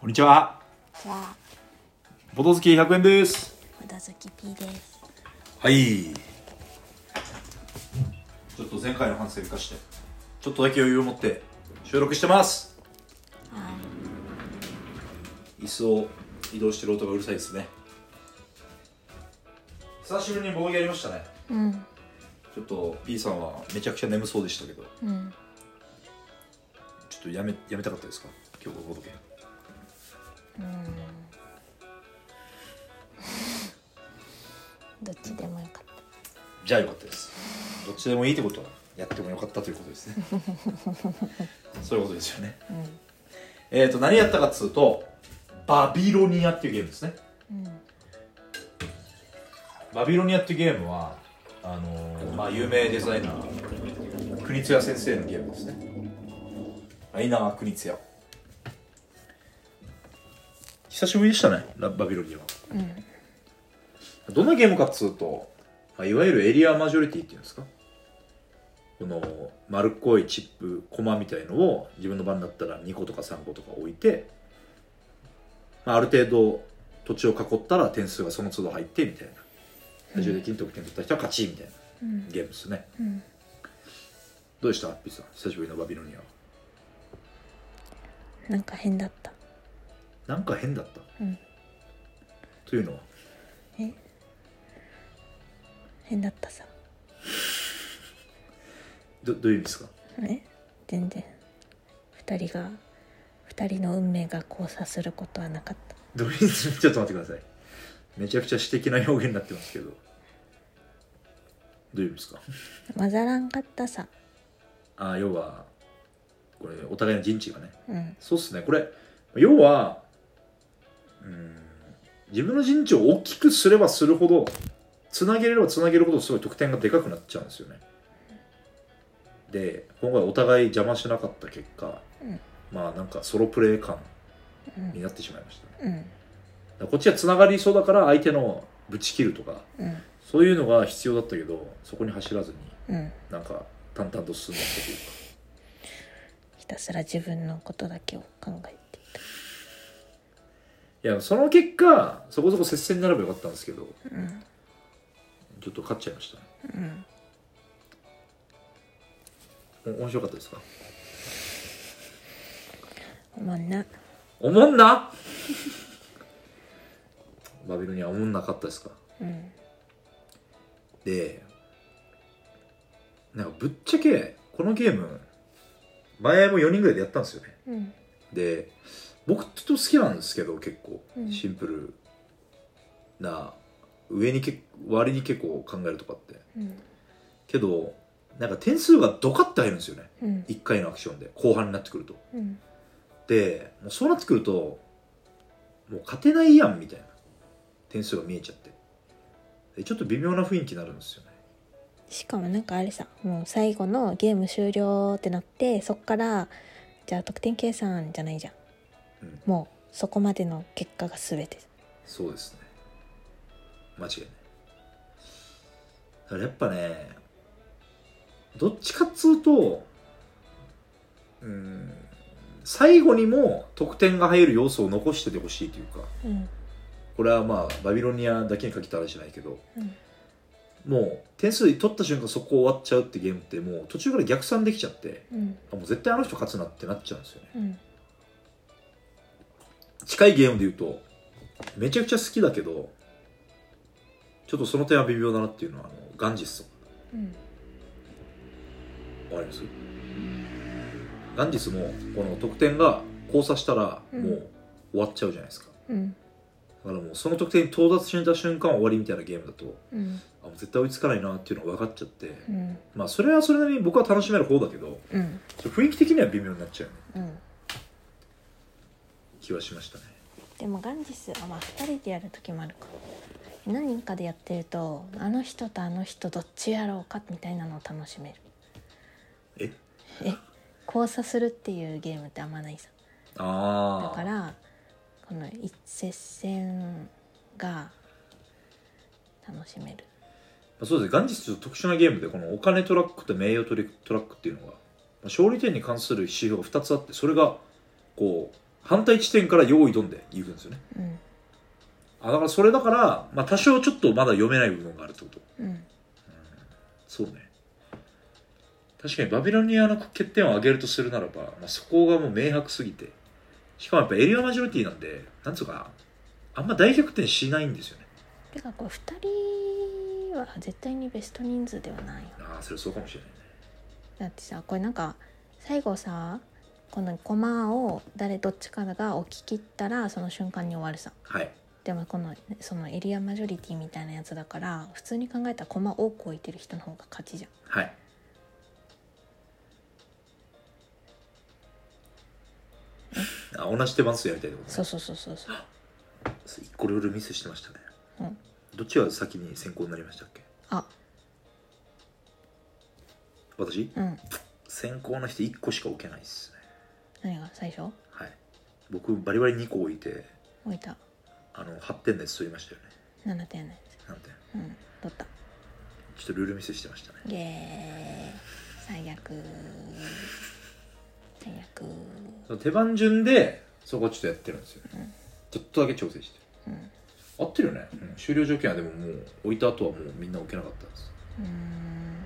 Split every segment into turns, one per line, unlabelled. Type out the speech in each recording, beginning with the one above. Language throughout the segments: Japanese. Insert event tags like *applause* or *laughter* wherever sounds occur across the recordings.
こんにちは。
じゃあ
ボト好き100円です。
ほどずき P です
はい。ちょっと前回の反省を生かして、ちょっとだけ余裕を持って収録してます。
はい
椅子を移動してる音がうるさいですね。久しぶりに棒やりましたね。
うん
ちょっと P さんはめちゃくちゃ眠そうでしたけど、
うん
ちょっとやめやめたかったですか今日ボトゲ。
どっちでもよかっ
じゃあよかったです。どっちでもいいってことはやってもよかったということ
*laughs*
ですね。そういうことですよね。
たうん
えー、と何やったかっつうとバビロニアっていうゲームですね
うん
バビロニアっていうゲームはあのーまあ、有名デザイナー国津屋先生のゲームですねライナー国津屋久しぶりでしたねラバビロニアは
うん
どんなゲームかっつうと、まあ、いわゆるエリアマジョリティっていうんですかこの丸っこいチップコマみたいのを自分の番だったら2個とか3個とか置いて、まあ、ある程度土地を囲ったら点数がその都度入ってみたいな最終的に得点取った人は勝ちみたいな
うん
ゲームですね
うん
どうでしたピッツさん久しぶりのバビロニアは
なんか変だった
なんか変だった
うん
というのは
え変だったさ
どどういう意味ですか
え全然二人が二人の運命が交差することはなかった
どういう意味ちょっと待ってくださいめちゃくちゃ詩的な表現になってますけどどういう意味ですか
混ざらんかったさ
あー要はこれお互いの陣地がね
うん
そうっすねこれ要はうーん自分の陣地を大きくすればするほどつなげれればつなげるほどすごい得点がでかくなっちゃうんですよねで今回お互い邪魔しなかった結果、
うん
まあなんかソロプレイ感
うん
になってしまいましたね
うん
だからこっちはつながりそうだから相手のぶち切るとか
うん
そういうのが必要だったけどそこに走らずに
うん
なんか淡々と進んでいったというか
ひたすら自分のことだけを考えていた
いや、その結果、そこそこ接戦になればよかったんですけど、
うん
ちょっと勝っちゃいましたね。
うん
お面白かったですか
おもんな
おもんな *laughs* バビロニアおもんなかったですか
うん
で、なんかぶっちゃけ、このゲーム、前も4人ぐらいでやったんですよね。
うん
で、僕ちょっと好きなんですけど、結構
うん、
シンプルな、上にけ割に結構考えるとかって。
うん
けど、なんか点数がドカッて入るんですよね。
うん
1回のアクションで後半になってくると
うん
でもうそうなってくるともう勝てないやんみたいな点数が見えちゃってでちょっと微妙な雰囲気になるんですよね
しかもなんかあれさもう最後のゲーム終了ってなってそっからじゃあ得点計算じゃないじゃ
う
ん、
ん
もうそこまでの結果が全て
そうですね間違いないだからやっぱねどっちかっつうとうん最後にも得点が入る要素を残しててほしいというか
うん
これはまあバビロニアだけに限った話じゃないけど
うん
もう点数取った瞬間そこ終わっちゃうってゲームってもう途中から逆算できちゃって
うん
あもう絶対あの人勝つなってなっちゃうんですよね
うん
近いゲームで言うとめちゃくちゃ好きだけどちょっとその点は微妙だなっていうのはあのガンジスとか
うん
わかりますガンジスもこの得点が交差したら
うん
もう終わっちゃうじゃないですか、
うん
だからもうその得点に到達した瞬間終わりみたいなゲームだと
うん
あもう絶対追いつかないなっていうのが分かっちゃって
うん
まあそれはそれなりに僕は楽しめる方だけど
うん
ちょっと雰囲気的には微妙になっちゃうよね
うん
気はしましたね
でもガンジスはまあ2人でやる時もあるか何人かでやってるとあの人とあの人どっちやろうかみたいなのを楽しめる
え
え交差するっていうゲームってあんまないさだ
あ
か
あ
らこの一接戦が楽しめる
そうですねガンジスちょっと特殊なゲームでこのお金トラックと名誉トリトラックっていうのがまあ勝利点に関する指標が2つあってそれがこう反対地点から用意どんで言うんですよね
うん
あだからそれだから、まあ、多少ちょっとまだ読めない部分があるってこと
うん
そうね確かにバビロニアの欠点を挙げるとするならば、まあ、そこがもう明白すぎてしかもやっぱエリアマジョリティなんでなんつうかあんま大逆転しないんですよね
てかこれ2人は絶対にベスト人数ではないよ
ああそれそうかもしれないね
だってさこれなんか最後さこの駒を誰どっちかが置き切ったらその瞬間に終わるさ
はい
でもこのそのエリアマジョリティみたいなやつだから普通に考えたら駒多く置いてる人の方が勝ちじゃん
はいあ同じ手番数やりたいってこと
そう
ね
そうそうそうそう
一個ルールミスしてましたね、
うん
どっちが先に先行になりましたっけ
あ
私
うん
先行の人1個しか置けないっすね
何が最初
はい僕バリバリ2個置いて
置いた
あの8点のやつ取りましたよね
7点のや
なんてち
つうん取った
ょっとルールミスしてましたね
イエーイ最悪最悪
手番順でそこちょっとやってるんですよ、
うん
ちょっとだけ調整して
うん
合ってるよね、うん終了条件はでももう置いた後はもうみんな置けなかったんです
うーん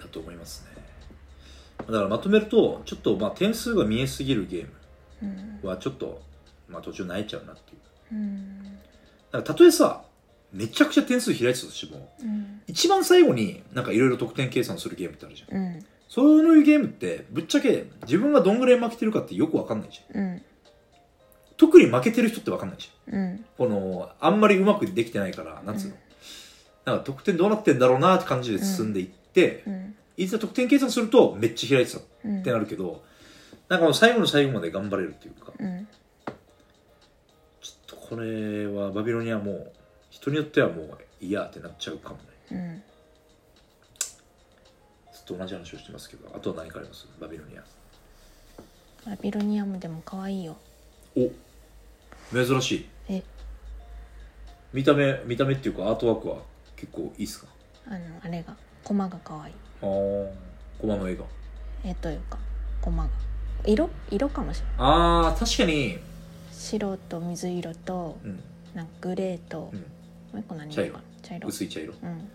だと思いますねだからまとめるとちょっとまあ点数が見えすぎるゲー
うん
ムはちょっとまあ途中泣いちゃうなっていう
うん
だからたとえさめちゃくちゃ点数開いてたとしても
うん
一番最後になんかいろいろ得点計算するゲームってあるじゃん
うん
そういうゲームってぶっちゃけ自分がどんぐらい負けてるかってよくわかんないじゃん
うん
特に負けてる人ってわかんないじゃん
うん
このあんまりうまくできてないからなんつうの、なんか得点どうなってんだろうなって感じで進んでいって、
うん
いざ得点計算するとめっちゃ開いてたっ
うん
てなるけど、なんかもう最後の最後まで頑張れるっていうか
うん
ちょっとこれはバビロニアもう人によってはもう嫌ってなっちゃうかもね
うん
ずっと同じ話をしてますけどあとは何かありますバビロニア
バビロニアムでも可愛いよ
お珍しい
え
見た目見た目っていうかアートワークは結構いいっすか
あのあれが駒が可愛い
ああ駒の絵が
絵というか駒が色色かもしれない
あー確かに
白と水色と
うん
なんかグレーと、
うん
もう一個何色かな茶色
薄い茶色
うん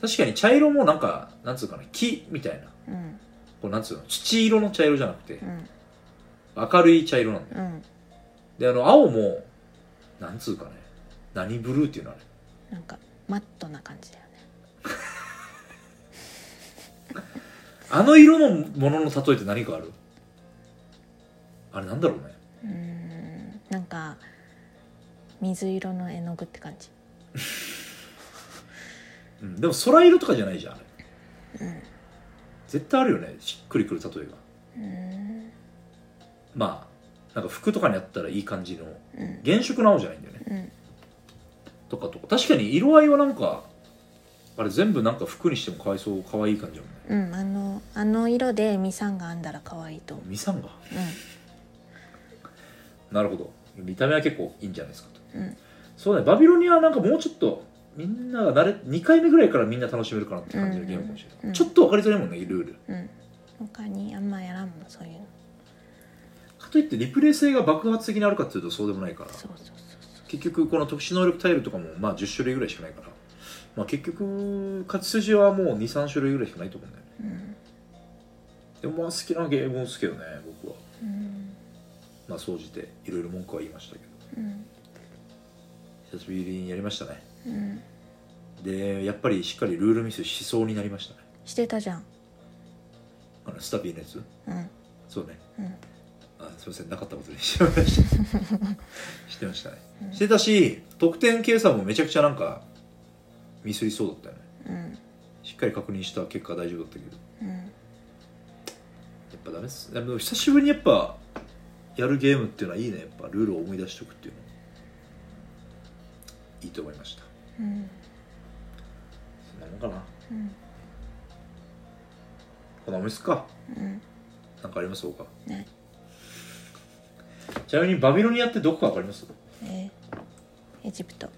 確かに茶色もなんかなんつうかな木みたいな
うん
こうなんつうの土色の茶色じゃなくて
うん
明るい茶色なんだよ
うん
であの青もなんつうかね何ブルーっていうのあれ
なんかマットな感じだよね
あの色のものの例えって何かあるあれなんだろうね
うーんなんか水色の絵の具って感じ
うん、でも空色とかじゃないじゃんあれ
うん
絶対あるよねしっくりくる例えが
うーん
まあなんか服とかにあったらいい感じの
うん
原色の青じゃないんだよね
うん
とかとか確かに色合いはなんかあれ全部なんか服にしてもかわいそうかわいい感じだもんね
うんあのあの色でミサンが編んだら可愛いと思う
ミサンガ
う
なるほど見た目は結構いいんじゃないですかと
んうん
そうねバビロニアはなんかもうちょっとみんなが慣れ2回目ぐらいからみんな楽しめるかなって感じのゲームかもしれない、
うんうん
ちょっと分かりづらいもんねルール
うん他にあんまやらんもんそういうの
かといってリプレイ性が爆発的にあるかっていうとそうでもないから
そうそうそう
結局この特殊能力タイルとかもまあ10種類ぐらいしかないから、まあ、結局勝ち筋はもう23種類ぐらいしかないと思うんだよね
そううん、
でもまあ好きなゲームですけどね僕は
うん
まあ総じていろいろ文句は言いましたけど
うん
久しぶりにやりましたね
うん
でやっぱりしっかりルールミスしそうになりましたね
してたじゃん
あのスタビーのやつ
うん
そうね
うん
あすいませんなかったことにしてましたしてましたね
うん
してたし得点計算もめちゃくちゃなんかミスりそうだったよね
うん
しっかり確認した結果大丈夫だったけど
うん
やっぱダメっすでも久しぶりにやっぱやるゲームっていうのはいいねやっぱルールを思い出しておくっていうのいいと思いました
うん
そんなもんかな
うん
こんなもんですか
うん
なんかありますか
ない
ちなみにバビロニアってどこかわかります
えーエジプト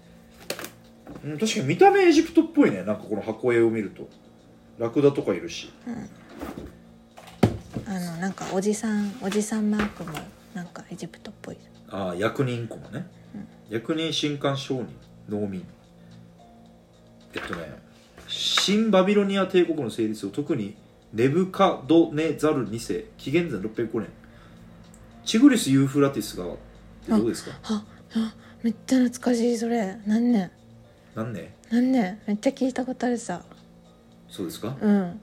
うん確かに見た目エジプトっぽいねなんかこの箱絵を見るとラクダとかいるし
うんあのなんかおじさんおじさんマークもなんかエジプトっぽい
ああ役人駒ね、役人神官商人農民えっとね新バビロニア帝国の成立を特にネブカドネザル2世紀元前605年チグリス・ユーフラティス川ってどうですか
ああめっちゃ懐かしいそれ何年
何年
何年めっちゃ聞いたことあるさ
そうですか、
うん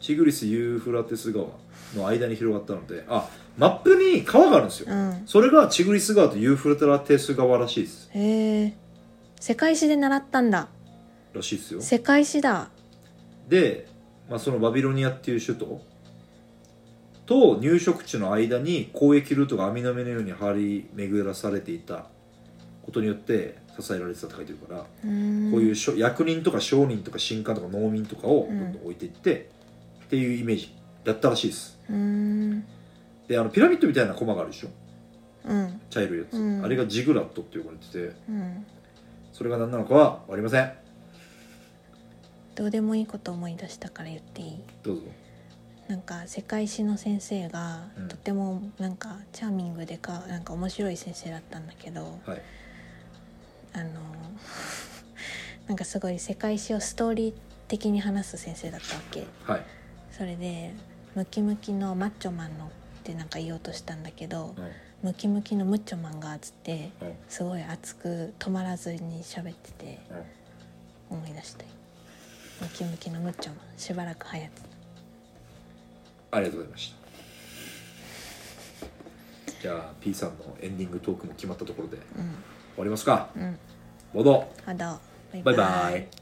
チグリス・ユーフラティス川の間に広がったのであマップに川があるんですよ、
うん
それがチグリス川とユーフラティス川らしいです
へえ世界史で習ったんだ
らしいですよ
世界史だ
で、まあ、そのバビロニアっていう首都と入植地の間に交易ルートが網の目のように張り巡らされていたことによって支えられてたって書いてるから、
うーん
こういうしょ役人とか商人とか神官とか農民とかをどんどん置いていって、っていうイメージだったらしいです
うーん
であのピラミッドみたいな駒があるでしょ
うん
茶色いやつ、
うん
あれがジグラットって呼ばれてて
うん
それが何なのかは分かりません
どうでもいいこと思い出したから言っていい
どうぞ
なんか世界史の先生が
うん
とてもなんかチャーミングでかなんか面白い先生だったんだけど
はい
あの *laughs* なんかすごい世界史をストーリー的に話す先生だったわけ
はい、
それでムキムキのマッチョマンのってなんか言おうとしたんだけど
うん
ムキムキのムッチョマンがつって
うん
すごい熱く止まらずに喋ってて
うん
思い出したよムキムキのムッチョマンしばらく流行ってた
ありがとうございました。じゃあ P さんのエンディングトークも決まったところで終わりますか。
うんうん
ボード
あどう
バイバイ。